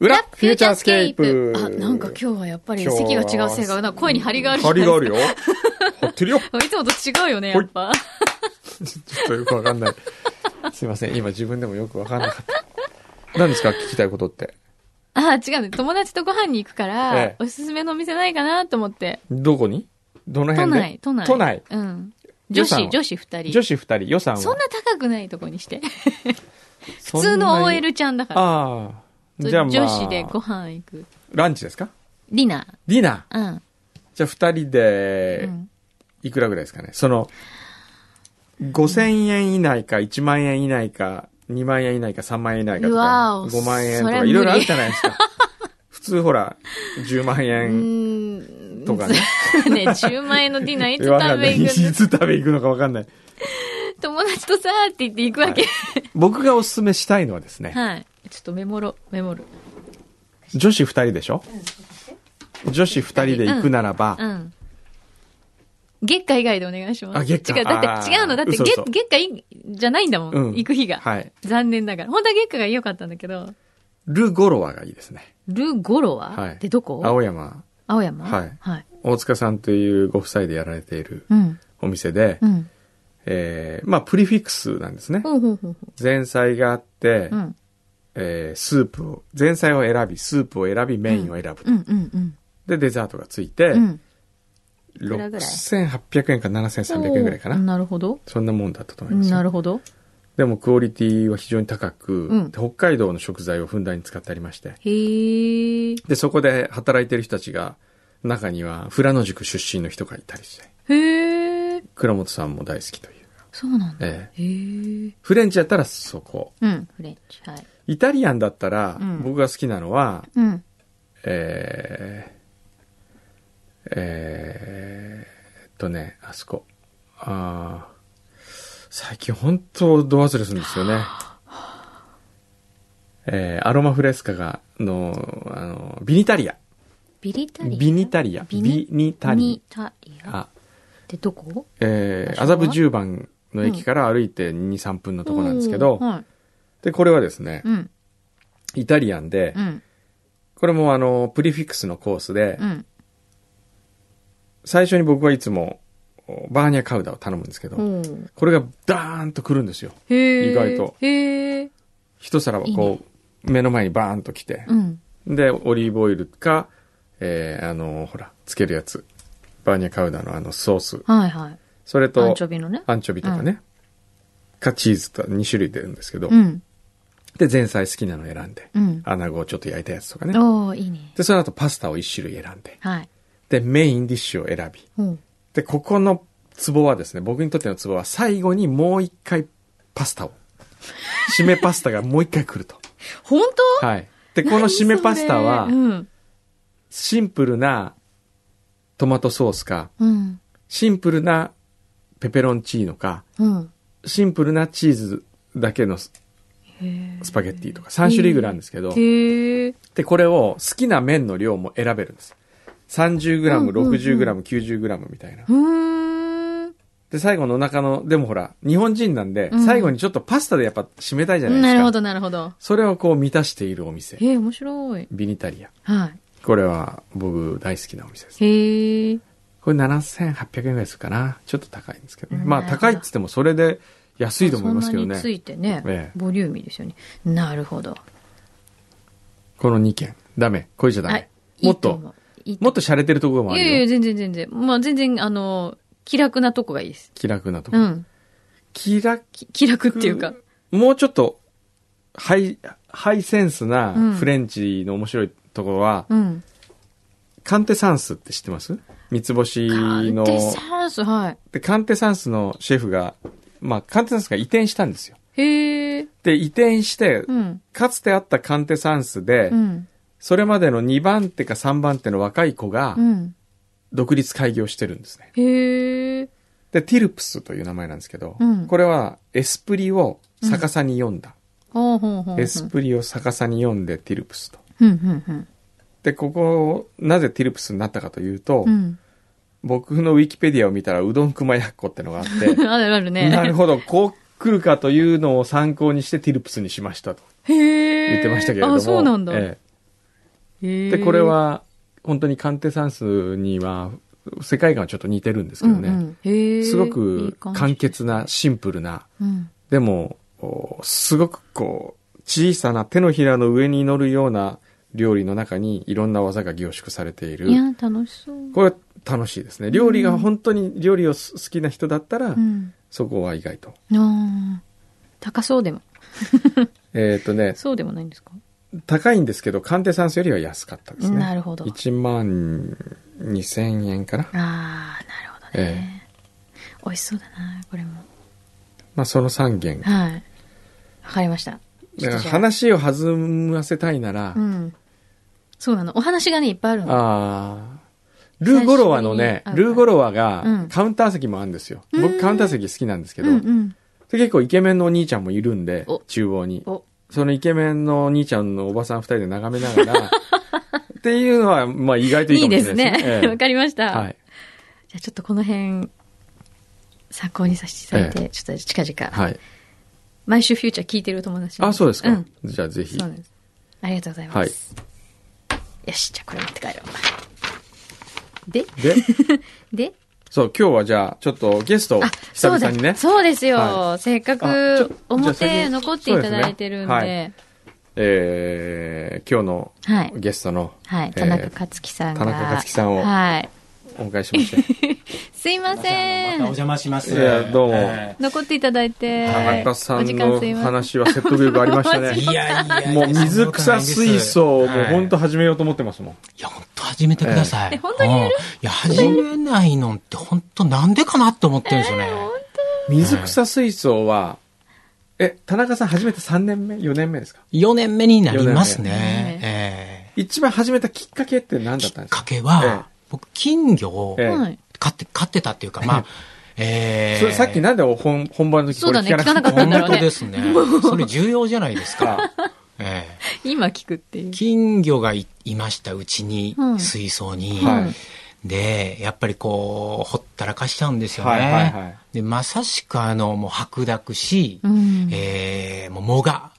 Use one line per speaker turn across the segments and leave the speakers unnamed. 裏フューチャースケープ
あ、なんか今日はやっぱり
今日
席
は
が違うせいか、なんか声に張りがあるじゃ
張
ない
り
です
があるよ。張
か。
ってるよ。
いつもと違うよね、やっぱ。
ちょっとよくわかんない。すいません。今自分でもよくわかんなかった。何ですか聞きたいことって。
あ、違うね。友達とご飯に行くから、
ええ
おすすめのお店ないかなと思って。
どこにどの
都
辺で
内、都内。
都内。
うん。
予
女
算は
子、女子二人
女。子二人、予算は。
そんな高くないとこにして。
普
普通の。OL ちゃんだから。
ああ。じゃあまあ。
女子でご飯行く。
ランチですか
ディナ
ディナー。
ー。うん。
じゃあ二人で
うん、
いくらぐらいですかね。その、5000円以内か、1万円以内か、2万円以内か、3万円以内かと
うわ
か、
お
5万円と
それ
か、
は
い
無理
ろいろあるじゃないですか。普通ほら、10万
う
円
ーん。
とかね。
ね、10万円のディナーいつ
わか
食
んな
べ
い。い
行くの
つ食べ行くのかわかんない。
友達とさーって言って行くわけ。
僕がおすすめしたいのはですね、
はい。ちょっとメモろ、メモる。
女子2人でしょ女子2人で行くならば
う、ん。月下以外でお願いします。
あ月下
違う、だ
あ
っ
ー
て、違うの。だって
嘘
月
嘘、
月下いじゃないんだもん。
うん
行く日が。
はい。
残念ながら。本当は月下が良かったんだけど、
ル・ゴロワがいいですね。
ル・ゴロワ、
はい
で、どこ青
青山、
山
はい
はい。
大塚さんというご夫妻でやられている
うん。
お店で
う、ん。
えーまあ、プリフィクスなんですね。
ほうほうほうほ
前菜があって
う。う、ん。
えースープを、前菜を選び、スープを選び、メインを選ぶ
う。んうんうん。
で、デザートがついて
う、ん。くらぐらい
6800円か7300円ぐらいか
おー
な。
なるほど。
そんなもんだったと思いますよ。
なるほど。
でもクオリティは非常に高く、
うん
北海道の食材をふんだんに使ってありまして。
へー。
で、そこで働いてる人たちが、中には富良野塾出身の人がいたりして、
へー。
倉本さんも大好きという。
そうなんだ。
ええ
へー。
フレンチだったらそこ。
うん。フレンチ。はい。
イタリアンだったら
う、ん
僕が好きなのは、
うん。
えー、えーっとね、あそこ。あー最近本当ド忘れするんですよね。えー、アロマフレスカが、の、あの、ビニタリア。
ビリタリア。
ビニタリア。
ビ
ビ
ニ
ニタリ
タリア。
ア。
ってどこ
え
場所
ー、
は
麻布十番の駅から歩いて2、3分のとこなんですけど、
うんはい。
で、これはですね
う、ん。
イタリアンで
う、ん。
これもあの、プリフィクスのコースで
う、ん。
最初に僕はいつもおバーニャカウダを頼むんですけど、
おー
これがダーンと来るんですよ。
へー
意外と
へー。
一皿はこう、
いい
目の前にバーンと来て
う、ん。
で、オリーブオイルか、えー、あの、ほら、つけるやつ。バーニャカウダのあのソース。
はいはい。
それと、
アンチョビのね。
アンチョビとかね。か、チーズと2種類出るんですけど、
うん。
で、前菜好きなの選んで、
うん。
穴子をちょっと焼いたやつとかね。
おー、いいね。
で、その後パスタを1種類選んで、
はい。
で、メインディッシュを選び、
うん。
で、ここのツボはですね、僕にとってのツボは最後にもう一回パスタを。締めパスタがもう一回来る と。
本当
はい。で、この締めパスタは
う、ん。
シンプルなトマトソースか、
うん。
シンプルなペペロンチーノか、
うん。
シンプルなチーズだけのス
へー
スパゲッティとか、3種類ぐらいあるんですけど、
へー。
で、これを好きな麺の量も選べるんです。30g、
うんうんうん
60g、90g みたいな。
うーん。
で、最後のお腹の、でもほら、日本人なんで、
うん
最後にちょっとパスタでやっぱ締めたいじゃないですか。
なるほど、なるほど。
それをこう満たしているお店。
へー、面白い。
ビニタリア。
はい。
これは僕大好きなお店です。
へー。
これ7800円ぐらいするかな。ちょっと高いんですけどね。
うん
まあ
なるほど
高いっつってもそれで安いと思いますけど
そんな
ね
につ。いてね
ええ、
ボリューミーですよね。なるほど。
この2軒。ダメ。これじゃダ
あい
メ。も
い
っ
思
と
う、いいと
もっと洒落てるところもあ
いやい
る
や、
よ。
全然全然。まあ全然、あの、気楽なとこがいいです。
気楽なとこ
う
ろ。
ん。
気楽、
き気楽っていうか。
もうちょっと、ハイ、ハイセンスな
うん
フレンチの面白いところは、
うん。
カンテサンスって知ってます三つ星
カン
の。
テサンス、は
で、カンテサンスのシェフが、まあ、カンテサンスが移転したんですよ。
い。へえ。
で、移転して
う、ん。
かつてあったカンテサンスで、
うん。
それまでの2番手か3番手の若い子が
う、ん。
独立開業してるんですね。
へえ。
で、ティルプスという名前なんですけど、
うん
これはエスプリを逆さに読んだ。
ほうほうほうほう。
エスプリを逆さに読んでティルプスと。
うんうんうん。
で、ここ、なぜティルプスになったかというと、
うん。、
僕のウィキペディアを見たら、うどん熊やっこってのがあって
あるあるね。
なるほど、こう来るかというのを参考にしてティルプスにしましたと。
へえ。
言ってましたけれども。
あ、そうなんだ。
ええ
で
で、これ、は、本当に鑑定算数には、世界観はちょっと似てるんですけどね。
うんうんへえ
すご
いい
く
感じ
簡潔な、シンプルな、
うん
でも、おすごくこう、小さな手のひらの上に乗るような料理の中にいろんな技が凝縮されてい
いや
る。
楽しそう
これ楽しいですね。料理が本当に料理をす好きな人だったら、
うん
そこは意外と。
あー高そうでも
えっ、とね、
そうでもないんですか
高いんですけど、鑑定算数よりは安かったですね。
なるほど
1万2000円かな。
ああなるほどね、美味しそうだなこれも
まあその3件。
はいわかりましたちょっとじゃあ
話を弾ませたいなら、
うんそうなのお話がねいっぱいあるの
ああ。ルー・ゴロワのね
最初に会、うから
ルー・ゴロワ
う
が
ん
カウンター席もあるんですよ。
うん
僕カウンター席好きなんですけど、
うんうん
で結構イケメンのお兄ちゃんもいるんで
お、
厨房に。
お
そのイケメンのお兄ちゃんのおばさん二人で眺めなが ら、っていうのは、まあ意外といい
い
か
い
もし
で
れない
す
ですね。
ね わかりまし
ええ
た、
はい。
じゃあちょっとこの辺参考にさせていただいて、ちょっと近々、
はい。
毎週フューチャー聞いてる友達に
あ、そうですか。
うん、
じゃあぜひ
そう。なんですありがとうございます、よしじゃあこれ持って帰ろうで
で、
で
そう、今日はじゃあ、ちょっとゲストを
あ
久
そう
々
だ
にね、
そうですよ、
は
せっか
あちょ
く
じゃあ先
表
に
残っていただいてるんで
そうえー、今日の
はい、
ゲストの
はい、
えー
田中克樹さんが、
田中克樹さんを
はい
お迎えしま した。
すいませ
またお
ん
邪魔します。
いやどうも
え
残っていただいて
田
はい
中さ
お
ん
時間
の
すいません
話は説得力ありました
え
ね。
いやいやいや
もう水草水槽をもう本当
はい
始めようと思ってますもん。
いや、本当始めてくださ
ええ
い。
本当にやる
うんいや、始めないのって本当なんでかなって思ってるんですよね。
水草水槽は、え、田中さん始めて3年目 ?4 年目ですか
4年目になりますね。
四
え
一番始めたきっかけって何だ
えき
ったん
っ
ですか
かけ
え
は、僕、金魚を
ええ
はい
飼って、飼ってたっていうか、まあ、ええ
それさっきなんで本本番の時これ聞かなかった
そうだね聞かなかったんだろう
本
ね
当ですね。それ重要じゃないですか。ええ
今聞くっていう
金魚がいいましたうちに、
うん
水槽に、
はい
でやっぱりこうほったらかしちゃうんですよね、
はいはいはい
でまさしくあのもう白濁し、
うん
えーもう藻が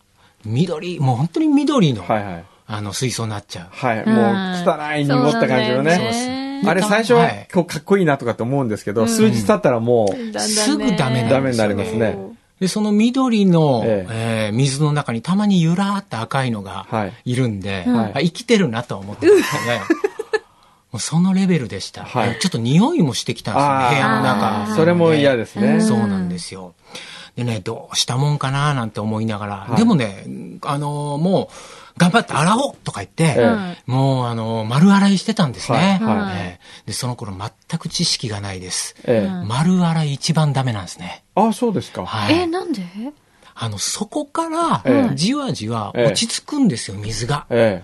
緑もう本当に緑の,、
はいはい。
あの水槽になっちゃう
はい。
うん
もう汚い濁った感じの
そうなんだよ
ね。
ね
あれ最初
は
はいこうかっこいいなとかって思うんですけ
う
ど、
ん
数日経ったらもう、
だんだんね
すぐダメ
ダメになりますね
でその緑の、
え
えー水の中にたまにゆらーって赤いのが
はい
いるんで、
はい
あ生きてるなとは思ってたんですよね。もうそのレベルでした、
はい
ちょっと匂いもしてきたんですよね、部屋の
あ
中
あ、。それも嫌ですね
ん。
そうなんですよ。でね、どうしたもんかななんて思いながら、
い
でもね、あのーもう、頑張って洗おうとか言って、
え
はい
もう、あのー丸洗いしてたんですね。
はい
はい
ええで、その頃全く知識がないです。
ええ
うん
丸洗い一番ダメなんですね。
ああ、そうですか。
はい。
えなんで
あの、そこか
え
ら、
え
じわじわ落ち着くんですよ、水が。
え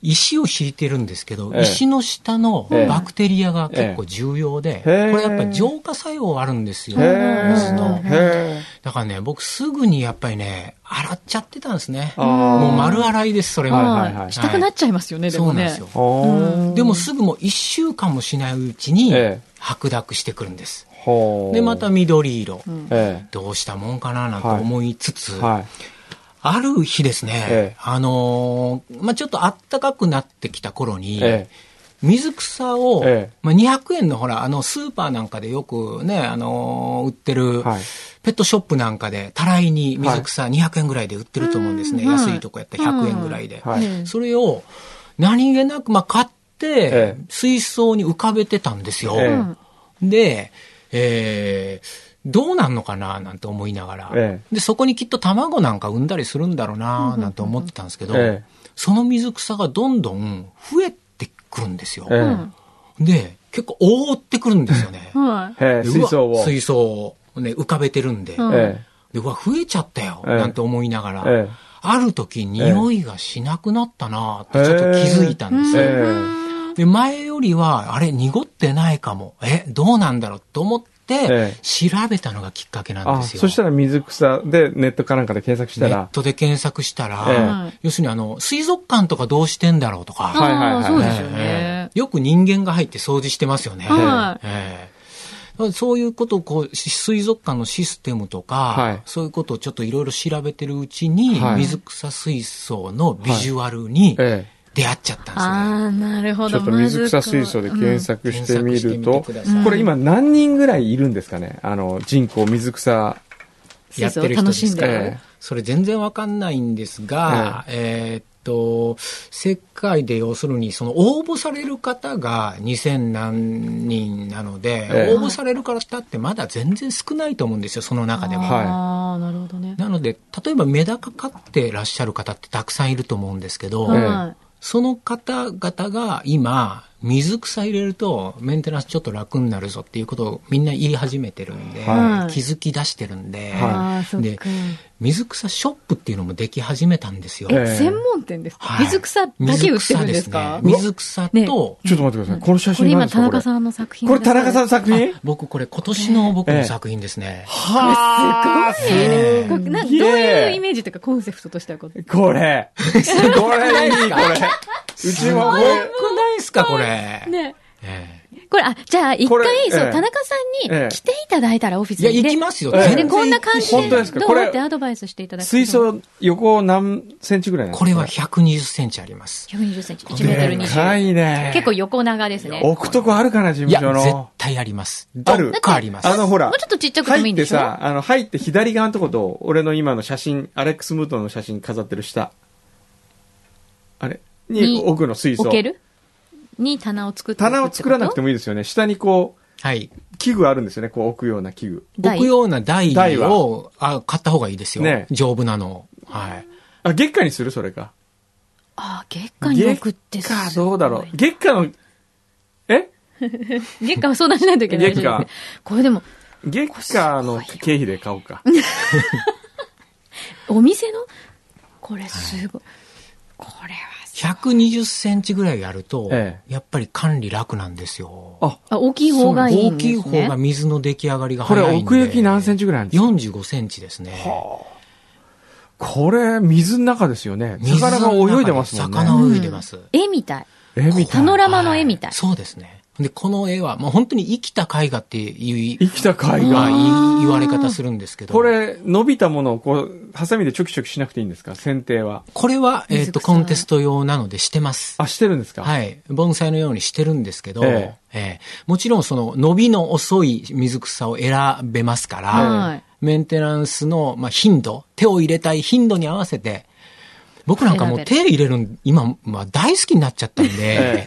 石を引いてるんですけど、
ええ
石の下の
ええ
バクテリアが結構重要で、こ
ええ
れやっぱり浄化作用あるんですよ
え。へ。え。
水の。
へえ。
だからね、僕すぐにやっぱりね、洗っちゃってたんですね。
あ
も
ー
う丸洗いです、それは。
はいはい
はいしたくなっちゃいますよねで
そう
も
なんで
ね
すよ。
ああ。
でもすぐもう一週間もしないうちに
ええ、
白濁してくるんです。
ほう
で、また、緑色。
ん
え
どうしたもんかななんて
はい
思いつつ、
え。はい。
ある日ですね、
ええ
あのーまあ、ちょっと暖かくなってきた頃に、
え
水草を、
ええ
まあ、200円のほら、あの、スーパーなんかでよくね、あのー売ってる、
はい
ペットショップなんかで、たらいに水草200円ぐらいで売ってると思うんですね。
うん
安いとこやったら100円ぐらいで。
はい
うん
それを、何気なく、まあ、買って
ええ、
水槽に浮かべてたんですよ。
ええ
で、えーどうなんのかななんて思いながら、
え
で、そこにきっと卵なんか産んだりするんだろうななんて思ってたんですけど、
ええ
その水草がどんどん増えてくるんですよ。
え
うん
で、結構覆ってくるんですよね。
は
え。へえ、
で
水槽
うわ
を。
水槽をね、浮かべてるんで、
うん
え
で、うわ、増えちゃったよ、
ええ
なんて思いながら、
ええ
ある時、
え
匂いがしなくなったなってちょっと気づいたんです
え
よ。
え
で、前よりは、あれ、濁ってないかも。え、どうなんだろうと思って
え、
調べたのがきっかけなん
あ
ですよ。
そしたら水草でネットかなんかで検索し
ネ
た
ッ
ら。
トで検索したら、
え
要するにあの、水族館とかどうしてんだろうとか、
はいはいはい
あーそうですよね
ええよく人間が入って掃除してますよね。
はい
ええだからそういうことをこう、し水族館のシステムとか、
はい
そういうことをちょっといろいろ調べてるうちに、
はい
水草水槽のビジュアルに
ええ
出会っちゃったんです
あ
ね。
あ、なるほ
ちょ
ど。
っと水
まず
草
こ
水槽で検索してみる
うん
と
検索してみてくださ、い
これ今何人ぐらいいるんですかねあの、人口水草。
やってる人ですか
水槽を楽しんでる
ら、
ええ
それ全然わかんないんですが、えーっと、世界で要するに、その応募される方が2000何人なので、
ええ
応募される方ってまだ全然少ないと思うんですよ、その中では。
はい
ああ、なるほどね。
なので、例えばメダカ飼ってらっしゃる方ってたくさんいると思うんですけど、
ええ
は
その方々が今、水草入れるとメンテナンスちょっと楽になるぞっていうことをみんな言い始めてるんで、
はい
気づき出してるんで、
い。
はい
ああ、そっ
で
か。
水草ショップっていうのもでき始めたんですよ。
ええ
専門店ですか
はい
水草だけ売ってるんですか
水草ですね水草と、
ちょっと待ってください。この写
これ
真
今
何です
田
か
中
こ
さんの作
れ。
品
これ田中さん
ん
の作品
僕これ今年の僕の作品ですね。
は
すごい
ー
どう
すっげ
いうイメージというかコンセプトとしてはこう
これ。これいい、これ。うちもこれ。
僕ないですか、これ。
ね
ええ
これ、あ、じゃあ、一
これ
回、そう
え、え
田中さん
え
に
え
来ていただいたらオフィス
いや、
に
行
ね。
きますよ。
ええ
全然
で、こんな感じ
行
本当
で、
く
どう
で
っ
すかこれ
てアドバイスしていただくと
水槽横何センチぐらいなんです
こ
か
れは120センチあります。
120センチ、1メートル
でか
20。
いね。
結構横長ですね。もう
置くとこあるかな、事
いや、
務所
絶
の。
対あります。ど
あ
っ
る
かあります。
あの、ほら。
ちょっとちっちゃくてもい
入
い
っ
んで
て
しょ
さ、あの、入って左側のとこと、俺の今の写真、アレックス・ムートンの写真飾ってる下。あれ
に
に奥の水槽。
置けるに棚を作って
棚を作らなくて
も
もいいですよね。下にこ
はい。
う、器具あるんですよね。こう置くような器具。
置くような台
台
を、あ、買った方がいいですよ。
ね
丈夫なのを。はい。
あ、月下にするそれか。
ああ、月間に置くって
月下
す
ど
ご
う
い
だろう。月下の、え
月間は相談しないといけないらしいですね
月
これでも、
月下の経費で買おうか。
お店のこれすごい。これはす
120センチぐらいやると、
え
やっぱり管理楽なんですよ。
あ、
あ、大きい方がいいん
大
です
きい
ね。
方が水の出来上がりが
こ
早
れ
いんで。
奥行き何センチぐらいあるんですか
?45 センチですね。
これ、水の中ですよね。
水の
魚が
中で
泳いでますもんね。
魚泳いでます。
絵みたい。
え、みた
パ
い。
ノラマの絵みたい
は。そうですね。で、この絵は、もう本当に生きた絵画っていう、
生きた貝
まあ、
が。
い言われ方するんですけど。
こ、れ、伸びたものをこう、ハサミでチョキチョキしなくていいんですか剪定は。
これは、えっ、
水
と、
草
コンテスト用なのでしてます。
あ、してるんですかい。
はい。盆栽のようにしてるんですけど、え
え
えもちろんその伸びの遅い水草を選べますから、
はい
メンテナンスの、まあ、頻度、手を入れたい頻度に合わせて、僕なんかもう
選
手
べ
入れるん、今、まあ、大好きになっちゃったんで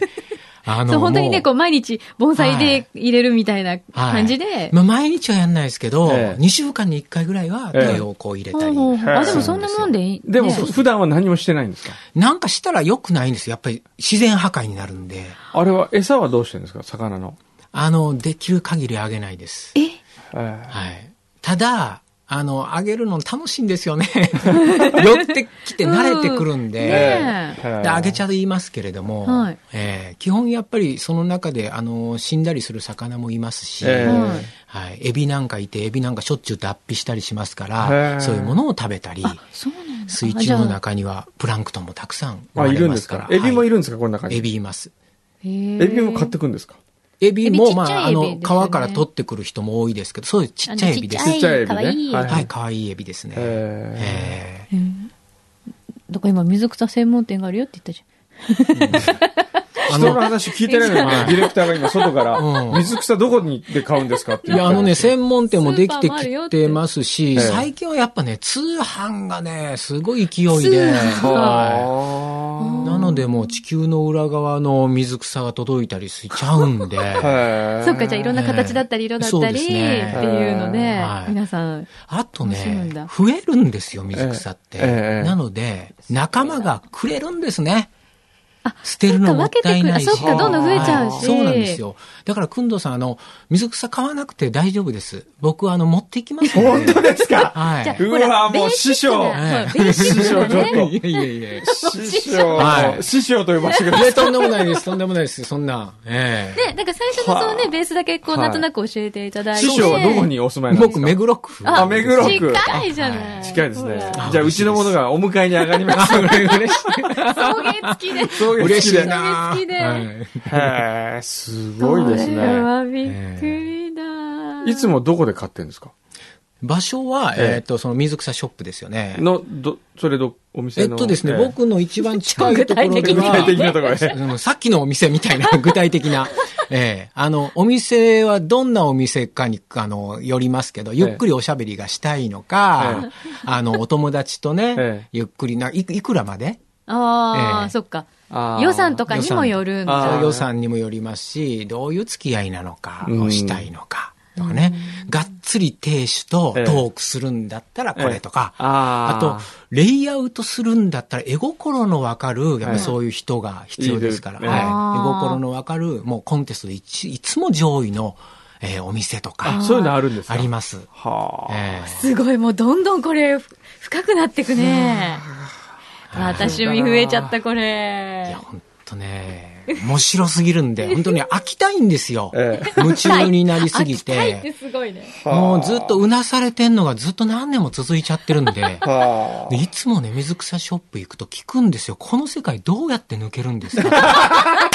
え、
あ
そう、本当にね、
も
こう、毎日盆栽で入れるみたいな
はい
感じで。
まあ、毎日はやんないですけど、
ええ
2週間に1回ぐらいは手をこう入れたり。
ほうほう
はい
あ、でもそんなもんでいい。
でも、
ね
普段は何もしてないんですか
なんかしたら良くないんですよ。やっぱり自然破壊になるんで、
あれは、餌はどうしてるんですか魚の。
あの、できる限りあげないです。
え、
えー
はい。ただ、あの、あげるの楽しいんですよね。 寄ってきて慣れてくるん
ね
で。
え。
えー
であげちゃいますけれども、
はい
えー基本やっぱりその中であの死んだりする魚もいますし、
えー
はい
はい、エビなんかいてエビなんかしょっちゅう脱皮したりしますか
へ
ら、
ー
そういうものを食べたり
そうなんだ。
水中の
あ。
中にはプランクトンもたくさん
あ、
生ま
い
れ
るん
ま
ですす
から
かエビもい
る、
るんですかこの中
は
に。
いエ。ビいます
エ
エビも買ってくんですか
エビ
エビ
も
ちっちゃい
まああ
エビ
の
ですよね
川から取ってくる人も多いですけどそういうちっちゃいエビです
あの
ちっちゃいエビね
かわいい。
は
はい、可愛いエビですね。
え
え
だから今、水草専門店があるよって言ったじ
ー人の話聞いてないのにね、ディレクターが今外から
う、ん
水草どこにで買うんですかって
え
言
い
った
や、
ら
あのね、専門店もできてきてますし、
スーパーもあるよって
最近はやっぱね、通販がね、すごい勢い
通
で、
販
は
あ
いなのでもう地球の裏側の水草が届いたりしちゃうんで、
ーへー
ゃん。そっか、じゃあいろんな形だったり、色だったり、
そう
っ
です
て
ね
いうので
は、い
皆さん。
あと
面白いん
ね
だ、
増えるんですよ、水草って。
ええええ
なので、仲間がくれるんですね。捨てるのもったいないし。
そっか分けてくれそっかどんどん増えちゃうし
はいそうなんですよ。だから、くんどさん、あの、水草買わなくて大丈夫です。僕、あの、持ってきますので
本当ですか
は
じゃあ
い。
う
ほら
わ
ベ
も
ー
う
シッ
師
ク
匠
なそうベーシック
師匠
な
ち
ね
ょっと
いやいやいや。
師匠、
はい
師匠と呼ばせてくだ
い
さい。
や、とんでもないです。とんでもないです。そんな。ええ
ね、なんか最初にそのね、ベースだけこう、
はい
なんとなく教えていただいて。
師匠はどこにお住まいなんです
僕、
か
目黒区。
あ目黒区
近いじゃない。
近いですね
ほ。ら
あ
じゃあ、うちのものがお迎えに上がりま した。嬉し
送迎付きで。
い。
嬉しい
な。
な
好きで
はい
へえ、すごいです
これ
ね。
はびっくりだ。
いつもどこで買ってんですか
場所は、
ええ
えっと、その水草ショップですよね。
の、ど、それど、お
え
店
っ
の。
とですね、
ええ
僕の一番近いところ
具
で
具体的
は、
なところへ。
うんさっきのお店みたいな具体的な、 ええあの、お店はどんなお店かに、あの、よりますけど、ゆっくりおしゃべりがしたいのか、あの、お友達とね、
ええ
ゆっくりな、いいくらまで
ああ、
ええ
そっか
あ。ー
予算とかにもよるん
あ
だ。
ー
予算にもよりますし、どういう付き合いなのか、
うん
をしたいのか、とかね、がっつり亭主と
ええ
トークするんだったらこれとか、
あ
あと、レイアウトするんだったら、絵心のわかる、やっぱ
はい
りそういう人が必要ですから、
いる
はい
ええ
絵心のわかる、もうコンテストでいちいつも上位の、えーお店と
あ、
か、
そういうのあるんですか
あります。
はあ。
ええ
すごい、もうどんどんこれ、ふ深くなってくね。また趣味増えちゃった、こ
い
れ
や、。ほんとね、面白すぎるんで、 本当に飽きたいんですよ。
ええ
夢中になりすぎ
飽きたいって
て。
すごいね。
もうずっとうなされてんのがずっと何年も続いちゃってるん で。
は
でいつもね、水草ショップ行くと聞くんですよ。この世界どうやって抜けるんですか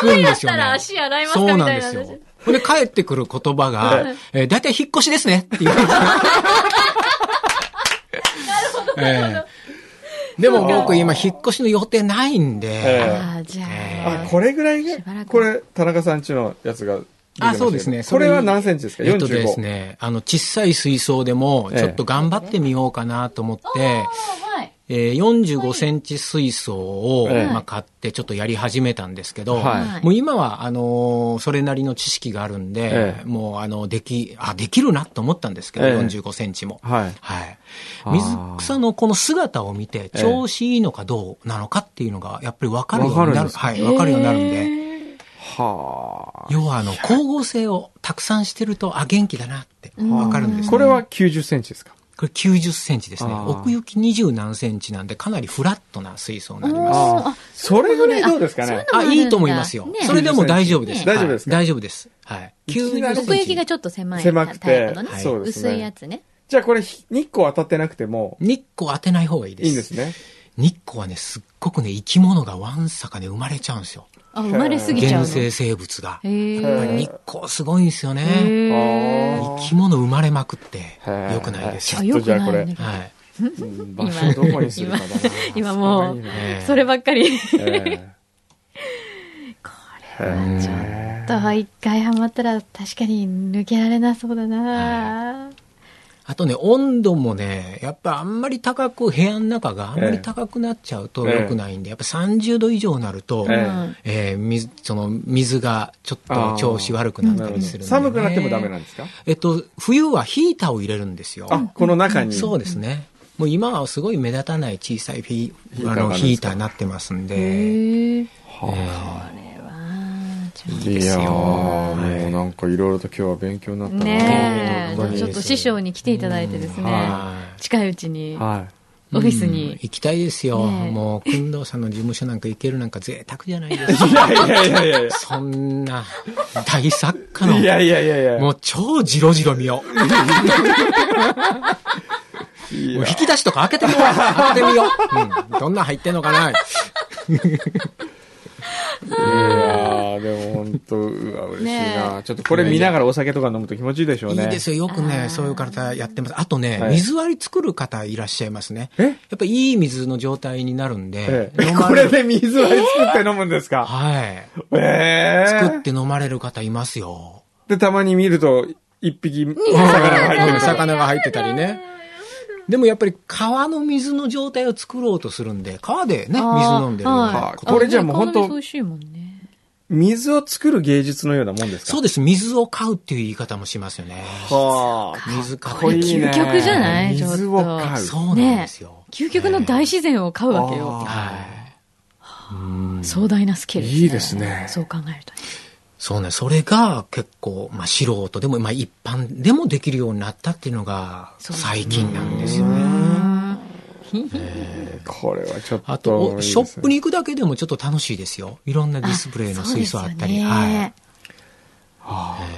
聞くんですよ、
た
ね。
ら足洗います
そう
かみ
なん
たい
で
な
すよ
話。。
ほんで帰ってくる言葉が、えー、大体引っ越しですねっ ていう。なるほど、えーでも僕今引っ越しの予定ないんで、
え
ああ、じゃ
え
あ
あ、。これぐらい
しばら
が、
く
これ、田中さんちのやつが出てましたけど。
あそうですね
これは何センチですか
えっとです
?45。
ね、あの、小さい水槽でも、ちょっと頑張ってみようかなと思って、
あはい。
えー45センチ水槽を、
ええ
まあ、買ってちょっとやり始めたんですけど、
はい
もう今はあのーそれなりの知識があるんで、
ええ
もうあのできあできるなと思ったんですけど、
ええ
45センチも。
はい。
はい、
あー
水草のこの姿を見て、
え
調子いいのかどうなのかっていうのが、やっぱり分かるように
わかる
なんる、
ですか
はい、分かるようになるんで、
は
要はあの、光合成をたくさんしてると、あ、元気だなって分かるんで
あ。
すね
これは90センチですか
これ90センチですね。
あー
奥行き20何センチなんで、かなりフラットな水槽になります。
あ
あ
あ、それぐらいどうですか
そういう
ね
の。も
あ、
るんだ
いいと思いますよ
ね。
それでも大丈夫です。
ね大丈夫ですか
はい大丈夫です。はい。
いき
急に
なり
奥行きがちょっと狭い。
狭くて
タイプのね
はいそうですね
薄いやつね。
じゃあこれ、日光当たってなくても、
日光当てない方がいいです。
いいんですね。
日光はね、すっごくね、生き物がわんさかね、生まれちゃうんですよ。
あ、生まれすぎちゃうの。
原生生物が。
へ
やっ
ー
ぱり日光すごいんですよね。
あ
へー
ー
生き物生まれまくって
へ、ー
良くないです
あちょ
よ。
っとじゃあこれ
よくないね
はい。
うん場所どこにするかだな。
今もう
それがいいな、
ええ
そればっかり。ちょ
ええ
っと一回ハマったら確かに抜けられなそうだな、
あとね、温度もね、やっぱあんまり高く、部屋の中があんまり高くなっちゃうと
ええ
良くないんで、やっぱ30度以上になると、
ええ
うん
えー水、その水がちょっと調子悪くなったりするんでね、
寒くなってもダメなんですか
えっと、冬はヒーターを入れるんですよ。
あ、この中に。
そうですね。もう今はすごい目立たない小さいヒ
ヒーターがあ
あ
るん
の
ですか
ヒーターになってますんで。
へえ
は
あーちょっ
あいやー、もうなんかいろいろと今日は勉強になっ
と
たな
ね
本当
え
に
ちょっと師匠に来ていただいてです
うん
ね
はい
近いうちに
は
オフィス
うん
に
行きたいですよ。
ねえ
もう、くんどうさんの事務所なんか行けるなんか贅沢じゃないです
い。い
か。
やいやいやいやい
そんな、大作家
や。いや
の、
いやいやいや。
もう超ジロジロ見よう。も
いうや
引き出しとか開けてみよう。開けてみよう。うんどんなん入ってんのかな。
いやーでも本当、うわ、嬉しい
ね
な。ちょっとこれ見ながらお酒とか飲むと気持ちいいでしょう
い
ね。
いですよ。よくね、そういう方やってます。あとね、
はい
水割り作る方いらっしゃいますね。
え
やっぱいい水の状態になるん
え、
で
え
飲ま
これ
る
で水割り作って飲むんですか
はい。
ええ
作って飲まれる方いますよ。
で、たまに見ると、一匹、
うん
魚が入ってる。
魚が入ってたりね。でもやっぱり川の水の状態を作ろうとするんで、川でね、水
あー
飲んでる
は
あ
い
こと
これじゃあもう本当
あね美味しいもんね
水を作る芸術のようなもんですか
そうです。水を飼うっていう言い方もしますよね。
はあ。
水飼う。
これいいね。
究極じゃないちょっと
水を飼う。
そうなんですよ。
究極の大自然を飼うわけよ
あ
はい。うん
壮大なスケールですね
いいですね
そう考えるとね
そうね、それが結構、まあ、素人でも、まあ、一般でもできるようになったっていうのが
そう
最近なんですよね。
これはちょっと。
あと、おショップ
に。
に行くだけでもちょっと楽しいですよ。いろんなディスプレイの水槽あっ
そ
たり。
うですよね
はい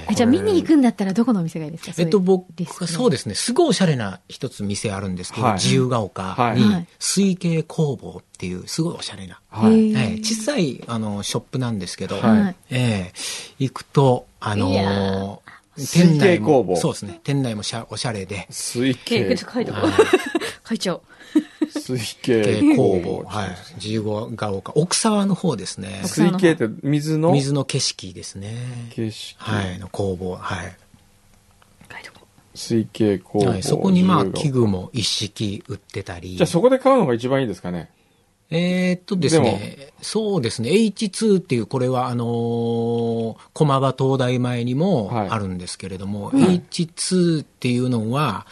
えじゃあ見に行くんだったらどこのお店がいいですか
えっと、僕
ディスプレイ
そうですね、すごいおしゃれな一つ店あるんですけど、
はい
自由が丘に
はい、
水系工房っていう、すごいおしゃれな、
は
へ
い。
え
ええ小さい、あの、ショップなんですけど、
はい
ええ行くと、あの
いやー
ー
水系工房。
そうですね。店内もしゃおしゃれで。
水
え
系
ちょっと書いとこ
はいう
。書いちゃおう。
水
系
系工
工房。
房。
はい。自由が丘。奥沢の方ですね。
奥
水系って水の
水の景色ですね。
景色。
はい。の工房。はい。
書いとこう。
水系工
は
房。
い、そこにまあ
自由が
器具も一式売ってたり。
じゃあそこで買うのが一番いいですかね。
えーっとですね、そうですね、H2 っていう、これはあのー駒場東大前にも
はい
あるんですけれども、H2 っていうのは、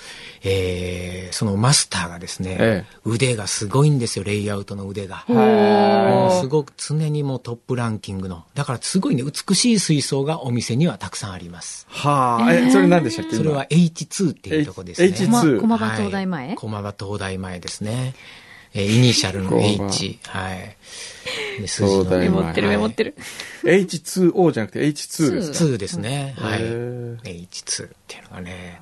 えーそのマスターがですね、
え
腕がすごいんですよ、レイアウトの腕が。もうす
は
ごく常にもうトップランキングの。だからすごいね、美しい水槽がお店にはたくさんあります。
はあ。え、それ何でしたっけ
それは、H2 っていうとこですね。
H-
駒
実
駒場東大前、
はい、駒場東大前ですね。えーイニシャルの H。はい。で数字の
東大前
メモってるメモってる。
今 H2O じゃなくて H2 ですか。
2ですね。はい。
へー
H2 っていうのがね、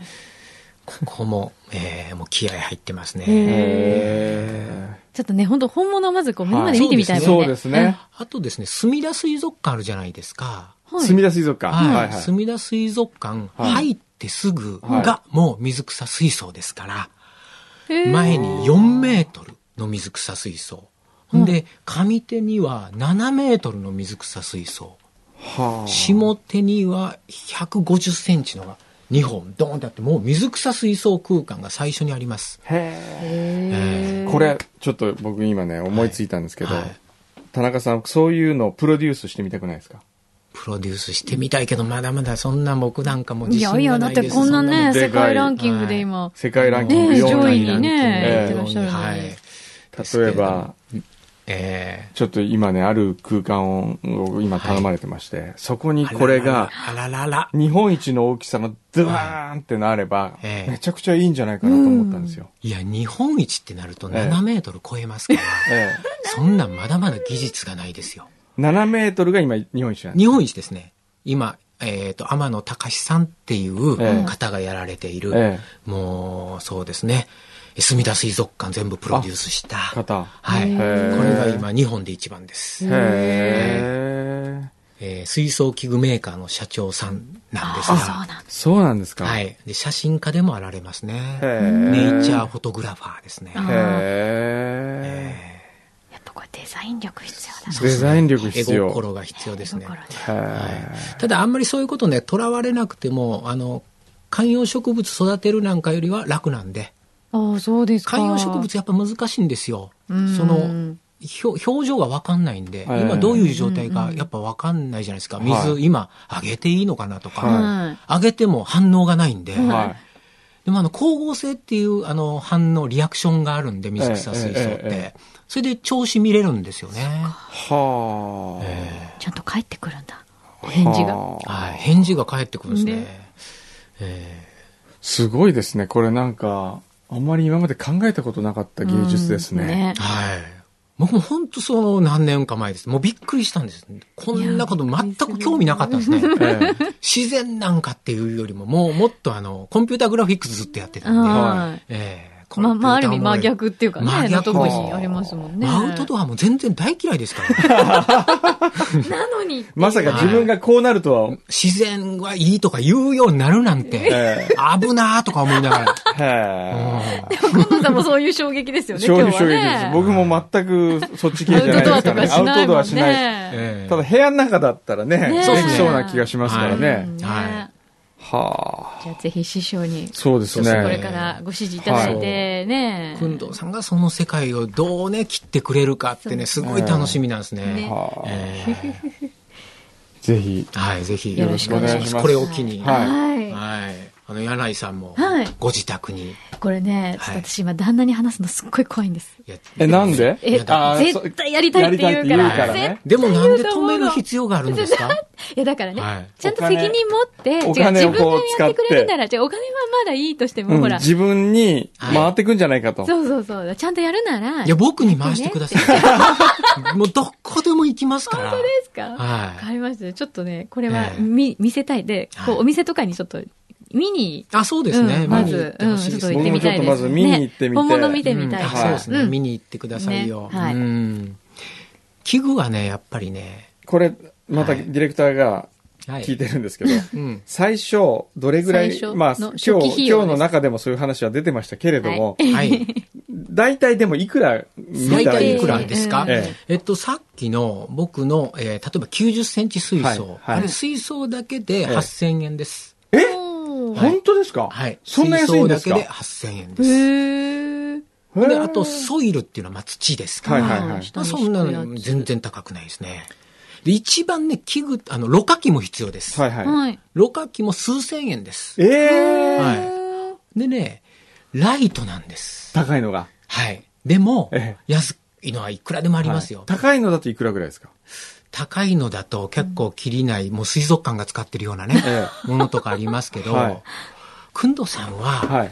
ここも、えーもう気合入ってますね。
へ
ちょっとね、本当本物をまずこう、目の
は
前
い
で見てみたい
え。
もんね。
そうですね。
あとですね、墨田水族館あるじゃないですか。
はい。
すみだ水族館。
は。
はいいはい。
墨田水族館
はい
入ってすぐ
はい
が、もう水草水槽ですから。
へー
前に4メートルの水草水槽。で、上手には7メートルの水草水槽。
はあ。
下手には150センチのが2本ドーンってあって、もう水草水槽空間が最初にあります。
へ
え
え。これ、ちょっと僕今ね、思いついたんですけど
はいはい、
田中さん、そういうのをプロデュースしてみたくないですか
プロデュースしてみたいけど、まだまだそんな僕なんかも自
いやい
信
や、
が
だ
な
っ
いです。
てこんな
そ
ね、
でかい
世界ランキングで今。
世界ランキング
ねえ
4
上位
位。
にね
ええ
いってらっしゃるのに
はい。
例えば、
え
ちょっと今ね、ある空間を今頼まれてまして、そこに
え
これが、
あららら。
日本一の大きさがドワーンってなれば、
ええ
めちゃくちゃいいんじゃないかなと思ったんですよ。
いや、日本一ってなると
ええ
7メートル超えますから、
え
そんなんまだまだ技術がないですよ。
え、7メートルが今日本一なんです。
日本一ですね。今、えっ、と、天野隆さんっていう
ええ
方がやられている、
え
もう、そうですね。墨田水族館全部プロデュースした。
え、方。
はい。
へ
こ
ー
れが今、日本で一番です。
へえ。
えー水槽器具メーカーの社長さんなんです
あ、そうな
が
ん、だ。
そうなんですか。
は
へ
い。で、写真家でもあられますね。
え。
ネイチャーフォトグラファーですね。
あ
へえ。
やっぱこれデザイン力必要だな。
デザイン力必
絵
要。
心が必要ですね
と。ころで
へ
はいただあんまりそういうことね、とらわれなくても、あの、観葉植物育てるなんかよりは楽なんで、
ああ、そうですか。
観葉植物やっぱ難しいんですよ。そ
ん
の、ひょ表情がわかんないんで、
はい
今どういう状態かやっぱわかんないじゃないですか。
は
水
い
今あげていいのかなとか、
はい。
あげても反応がないんで、
え。は
でもあの、光合成っていうあの反応、リアクションがあるんで、水草水槽っ
ええええ
て。それで調子見れるんですよね。
はあ。
ちゃんと帰ってくるんだ。返事が。
はあ
はい。返事が返ってくるんですね。
ね
ええ
すごいですね。これなんか、あんまり今まで考えたことなかった芸術ですね。
ね。
はい。僕も本当その何年か前です。もうびっくりしたんです。こんなこと全く興味なかったんですね。
え え
自然なんかっていうよりも、もうもっとあの、コンピューターグラフィックスずっとやってたんで。
は
ええ
い。まあ、まあ、ある意味真。
コン
逆っていうか
真
ね、の
逆
とこにありますもん
ピュータ
ね。
ーもアウトドアも全然大嫌いですから、 ね、
なのに。
まさか自分がこうなるとは、
自然はいいとか言うようになるなんて、
え
危なーとか思いなが
え。
ら。
でも、今度さんもそういう衝撃ですよね、
衝
今
撃
日は
衝撃です。
ね。
僕も全くそっち系
ア
じゃな
ウ
い
トド
で
ア
す
と
か
か
ね。
らしないもんね。
ええ
ただ部屋の中だったらね、
ね
できそうな気がしますからね。
えは
ね
はあ。
じゃあ、ぜひ師匠に、ち
そうです
ょっとこれ
ね。
からご指示いただいて、ね。
くんどうさんがその世界をどうね、切ってくれるかってね、すごい楽しみなんですね。
はあ。
ええ
ぜひ。
はい、ぜひ
よろしくお願いします
これを機に。
はい
はい。
はい。あの、柳井さんも
はい、
ご自宅に。
これね、ちょっと私今旦那に話すのすっごい怖いんです。
いや
え、なんで
え、
あー
絶対やりたいって言うか
や
ら。
りたいって言うからね
絶
でもなんで止める必要があるんですか
いや、だからね、
はい
ちゃんと責任持って、違う
お
自分が
金
や
お金をこう
ってくれるなら、じゃあお金はまだいいとしても、
うん
ほら、
自分に
はい
回ってくんじゃないかと。
そうそうそう、ちゃんとやるなら、
いや、
どう
僕に回してくださ い。もうどこでも行きますから。
ですかわ
は
か
い。
りました。ちょっとね、これは
ええ
見、見せたい。で、こ
は
う、
い
お店とかにちょっと、見に、
あ、そうですね。
うんま
見に行
ず
っ、て
うん、
ほしい
ちょ
で
っと
すね
行ってみたいです
僕もちょっとまず
ね。
見に行ってみて
ね本物見てみたい
うん
です。
そうですね。
うん
見に行ってくださいよ。
ねはい
うん器具はね、やっぱりね、
これ、またディレクターが、
はい
聞いてるんですけど、
うん。
最初、どれぐらい
最、初
まあ、
の
今
初
日、
期費用
今日の
です
中でもそういう話は出てましたけれども、
はい。
大体でもいくら見
大
たらいい
体
で
い
す
く
から
ですか、
ええ
えっと、さっきの僕の、えー例えば90センチ水
はい
槽。
はい
あれ水槽だけで
え
8000円です。
おー
本当ですか
はい。
そんな安いんですか
水槽だけで8000円です。
へー
へー
で、あと、ソイルっていうのはまあ土ですから。
はいはいはい
まあ、そんなの全。然高くないですね。で、一番ね、器具、あの、ろ過器も必要です。
はいはい。
はい。
ろ過器も数千円です。
ええ
はいでね、ライトなんです。
高いのが。
はい。でも
え、
安いのはいくらでもありますよ。
はい高いのだといくらぐらいですか
高いのだと結構切りない、もう水族館が使ってるようなね、
え
ものとかありますけど、
はい
くんどさんは、
はい。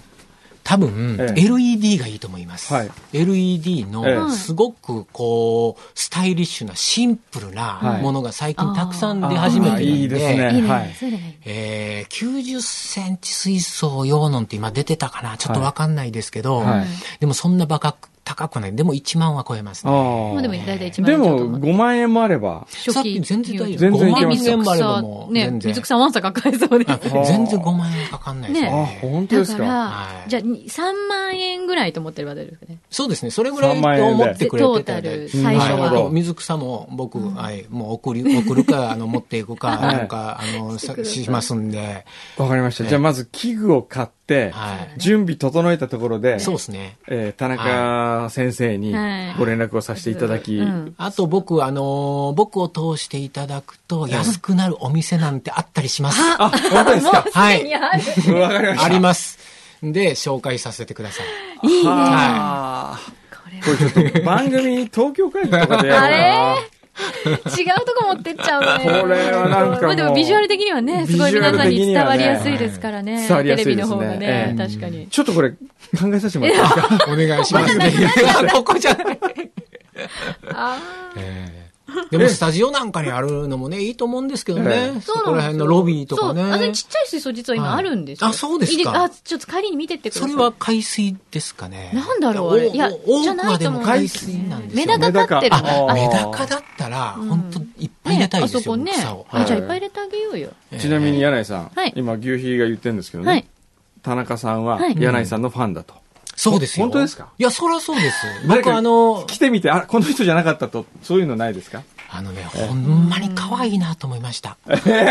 多分、
ええ
LED がいいと思います。
はい
LED
え
の
え
すごくこう、スタイリッシュなシンプルな
はい
ものが最近たくさん出始めてるんで、
あーいいですね
いいね
はい
それがいい。
えー90センチ水槽用のって今出てたかなちょっとわかんないですけど、
はい
でもそんなバカ高くない。でも1万は超えますね。
あ
まあ
あ。
でも
で
大体1万円ちょっと
も、5万円もあれば、
初期
さっき全然大丈
全
夫。
然い
5
け
万
ますよ
円もあればも
も
う、
ね、
全
水
然。
草さんワンサ抱えそうで。
あ
はあ
全然5万円かかんないですね。
あ、本当で
だ
す
か
から
ら、じゃあに3万円ぐらいと思ってれば大丈夫ですかね。
そうですね。それぐら
3
い
万
と
円で
思ってくれてたら
でトータル最
初は
あと水草も僕、はい、もう送り、送るか、あの、持っていくか、
はい
なんか、あの、さしますんで、
わかりました。じゃあまず器具を買って、
はい。
準備整えたところで、
そうですね。
えー田中先生に
はい
ご連絡をさせていただき、
うん。
あと僕、あのー僕を通していただくと、安くなるお店なんてあったりします。
あ、本当ですか
は
に
い。
ある。
わかりました。
あります。で、紹介させてください。
いいね。
は
これ
い。これちょっと番組東京会議とかでやろうかな。
違うとこ持ってっちゃうね。
これはなんかもう
まあでもビジュアル的にはね、すごい皆さんに伝わりやすいですから
ビ
ね。
ジュアル
テ
的
レ
にはね
ビの方が
伝わり
ね、
や
確かに。
ちょっとこれ考えさせてもらっていいですか
お願いします。ここじゃない。
あ
ええでもスタジオなんかにあるのもね、いいと思うんですけど
え
ね。
え
そこら辺のロビーとか
そう、あの
ね。
ちっちゃい水槽実は今あるんですよ。
はいあそうですか
いいあ、ちょっと帰りに見てってくださ
そ
い。
れは海水ですかね。
なんだろうあれ
お
いや
お
じゃ
多く
な
はい
と
で
思
も
う
海水なんです
メ
よ
ダ
ね。
カ飼ってる
メダカあ
の。
ー
メダカだったら、本当いっぱい入れたい
あ
ですよ、
そこね
草を。。
あ、じゃあいっぱい入れてあげようよ。
ちなみに柳井さん、
はい
今牛皮が言ってるんですけどね、
はい
田中さんは
はい
柳井さんのファンだと。
そうですよ。
ほ本当ですか
いや、そらそうです。
誰
僕
か
あの、
来てみて、あ、この人じゃなかったと、そういうのないですか
あのね、ほんまに可愛いなと思いました。
本当で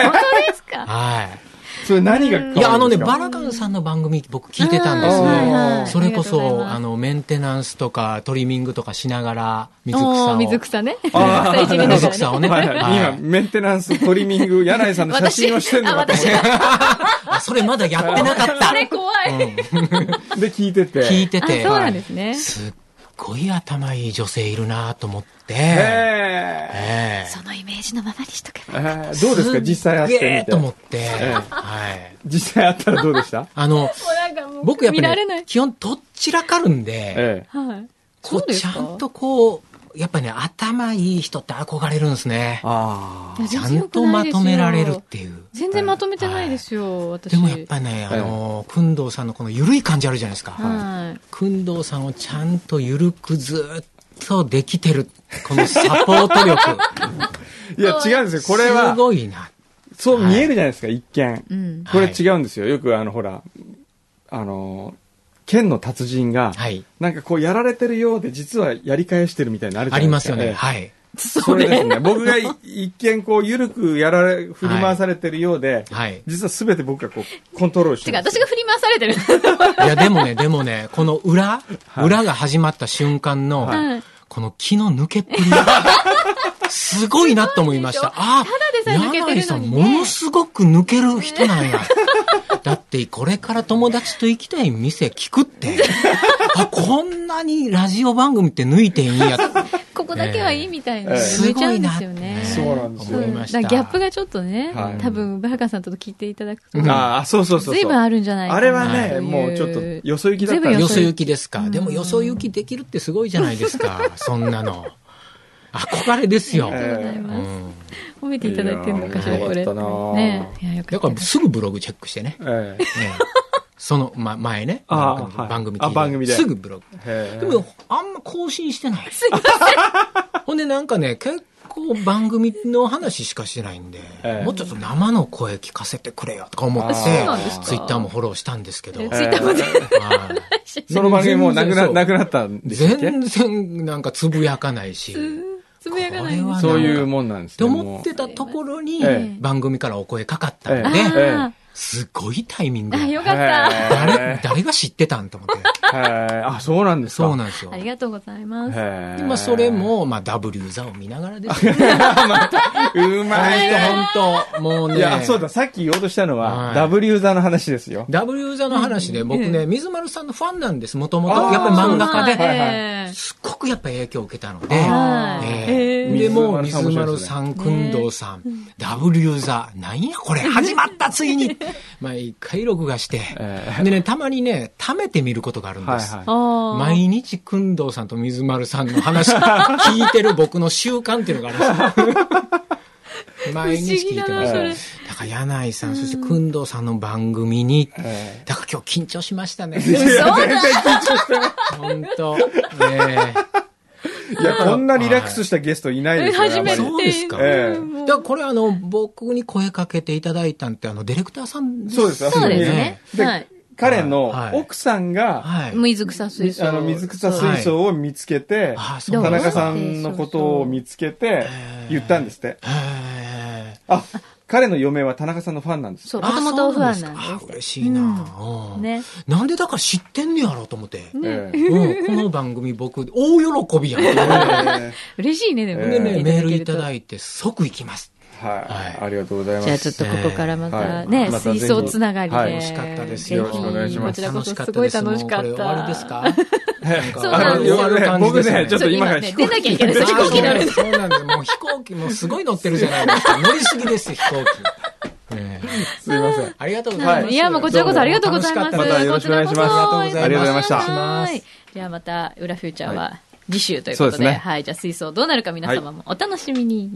すか
は
それ何が変わるんですか
い。いや、あのね、バラガンさんの番組僕聞いてたんです
あーはいはい
ね。それこ
ありがとうご
そ、
ざいます
あの、メンテナンスとかトリミングとかしながら、水
お
草
ー
を。
水草ね。水
あ
草
ー
いじりなが
水
ら
草
ね。
をね。
はいはい今、
はい
メンテナンス、トリミング、柳井さんの写真をしてるのかと思
私
っ
あ、それまだやってなかっ
あれ
た。
怖い。
て、で、聞いてて。
聞いて
あ、
て。
そうなんですね。
すっごい頭いい女性いるなと思って。
へ
ええ
そのイメージのままにしとけば。
えーどうですか実際会ってみ。
すげーと思ってて。はい。
実際会ったらどうでした
あの、
なんかもう
僕やっ
見ら
ぱ
れ
り、
ない
ね、。基本どっちらかるんで、
ええ。
はい。そ
こ
う
う
です
ち
か
ゃんとこう、やっぱりね、頭いい人って憧れるんですね。
あ
いや
ち
全
ゃ
然良
ん
く
と
な
ま
いですよ
とめられるっていう。
全然まとめてないですよ、私。
でもやっぱりね、あの、くんどうさんのこの緩い感じあるじゃないですか。
はい。
くんどうさんをちゃんと緩くずーっとできてる、このサポート力。
いや、違うんですよ。 これは
す、ごいな。
そう見えるじゃないですか、一見。
うん。
これ違うんですよ。よくあの、ほら、あの、剣の達人が、
はい。
なんかこうやられてるようで、実はやり返してるみたいなのあるじゃ
あ
ない
り
で
ますす
か。
よね。
ええ
はい。
それですね。僕がい一見こう、緩くやられ、振り回されてるようで、
はい。
実は全て僕がこう、コントロールして
て
る
か、
んです
私
よ。
が振り回されてる。
いや、でもね、でもね、この裏、裏が始まった瞬間の、
はい
この気の抜けっぷり。すごいなと思いました。 ああ、
ただでさえ抜けてるのにね
柳井さん、ものすごく抜ける人なんや。 だって、これから友達と行きたい店聞 くって。あ、こんなにラジオ番組って抜いていいんや。
ここだけはいいみたい
え
な。
え
抜いちゃうんですす
ご
よ
い
ね
な。
そうなんですよ
う
思い
んだ
ま
か
し
ら
た
ギャップがちょっとね
はい、
多分、バーカーさんと聞いていただくと、
ああ、そうそうそうそう。
ずいぶんあるんじゃないかな
あれはね、
という
もうちょっと、よそ行きだったん
ずいぶん
で
よ
す
そ行きですか。でも、よそ行きできるってすごいじゃないで すか。そんなの。憧れですよ。
え
ござい
え
ます
うん
褒めていただいてるのかしら、
いやー
これ。
よかったなー
ねいや、よか
だ
った
か
で
ら
す。
すぐブログチェックしてね。
ええ
ねその、ま、前ね。
あー
番組
はいあ
番組
番組です
ぐブログ。
へえ
でも、あんま更新してない。ほんで、なんかね、結構の番組の話しかしてないんで、
ええ
もうちょっと生の声聞かせてくれよとか思って、
あそうなんですか
ツイッターもフォローしたんですけど、
え
はい
ツイッターも全然
その番組もうなく
全然
な
そう
なくなったんでしたっけ
全然なんかつぶやかないし、
つぶやかないです
これは
ね。
そういうもんなんです
と
ね。
思
も
っ
う
てたところに
ええ、
番組からお声かかったん
え
で、
え
あ
すごいタイミ
ー
ング
あ、
で。
よかった。
へ
誰
ー、
誰が知ってたんと思って。
へーあ、 そうなんですか。
そうなんですよ
あ。りがとうございます。
へ
で
ー
まあ、そ れ。も、まあ、W 座を見ながらですよ。
うま いね。
本当もう
いや、
ね。
そうだ、さっき言おうとしたのは、
はい
W 座の話ですよ。
W 座の話で、僕ね、水丸さんのファンなんです、もとも
あ
と。
ー
やっぱり漫画家
はい
で、
はいはい
え
すっごくやっぱ影響を受けたので、
あー
え
え
えで、もう
水
水
丸
丸
さ
さん、くんどうさん、W 座、なんやこれ、始まったついにまあ、一回録画して
え。
でね、たまにね、溜めてみることがあるん
はい
です。
は
ああ。
毎日、くんどうさんと水丸さんの 話、聞いてる僕の習慣っていうのがあるんですよ毎日聞いて
不思
ま
議だな。
す
それ
だから、柳井さん、そして、くんどうさんの番組に、
い。え
だから今日緊張しましたね。
えいや、
だ
全然緊張してない。
本当。ね
いや、こんなリラックスしたゲストいないですよ。
初め
や
て。
っぱ
そうですか
ええ
んも
え。だ
う
からこれあの、僕に声かけていただいたんって、あの、ディレクターさん
りそうですよ、
そうですね
で
はい
彼の
はい
奥さんが、
はい。
水草水槽。
あの、水草水槽を見つけて、
ああ、そ
田
うなんです
中
か。
さんのことを見つけて
え、え
言ったんですって。
へえ
あ、彼の嫁は田中さんのファンなんです。
そう、も
あ
ともと不安なんです
そうかあ。嬉しいな、うん
ね。
なんでだから知ってんねやろうと思って。
ええ
うん、この番組僕、大喜びやん。
え
嬉 しいね、でも。
でね、
え
メールいた
い
だいて即行きます。
えは
はい
い。ありがとうございま
て
す。
じゃあちょっとここから
は
また
い
ね、
またぜ
水
ひ
槽つながりで。
はい
楽しかったです
よ
ぜ
よろ
ひ
しくお願いします
こちらこそ
楽しか
す
った
ごい
です
楽しかった。
もうこれ終わりですかなん
そうなんです
終わる感じですね
僕ねちょっと今から 飛行
出なきゃいけない。そう飛行機乗る。
そうなんです。もう飛行機もすごい乗ってるじゃないですか。乗りすぎですよ、飛行機。ねえ
すいません。
ありがとうございま
は
す。
いや、もうこちらこそありがとうございます。
またよろしくお願いします
こちらこそ
ありがとうございました
はいではまた、裏フューチャーは次週という
そ
こと
うです
で、
ね
はい、じゃあ水槽どうなるか皆様もお楽しみに。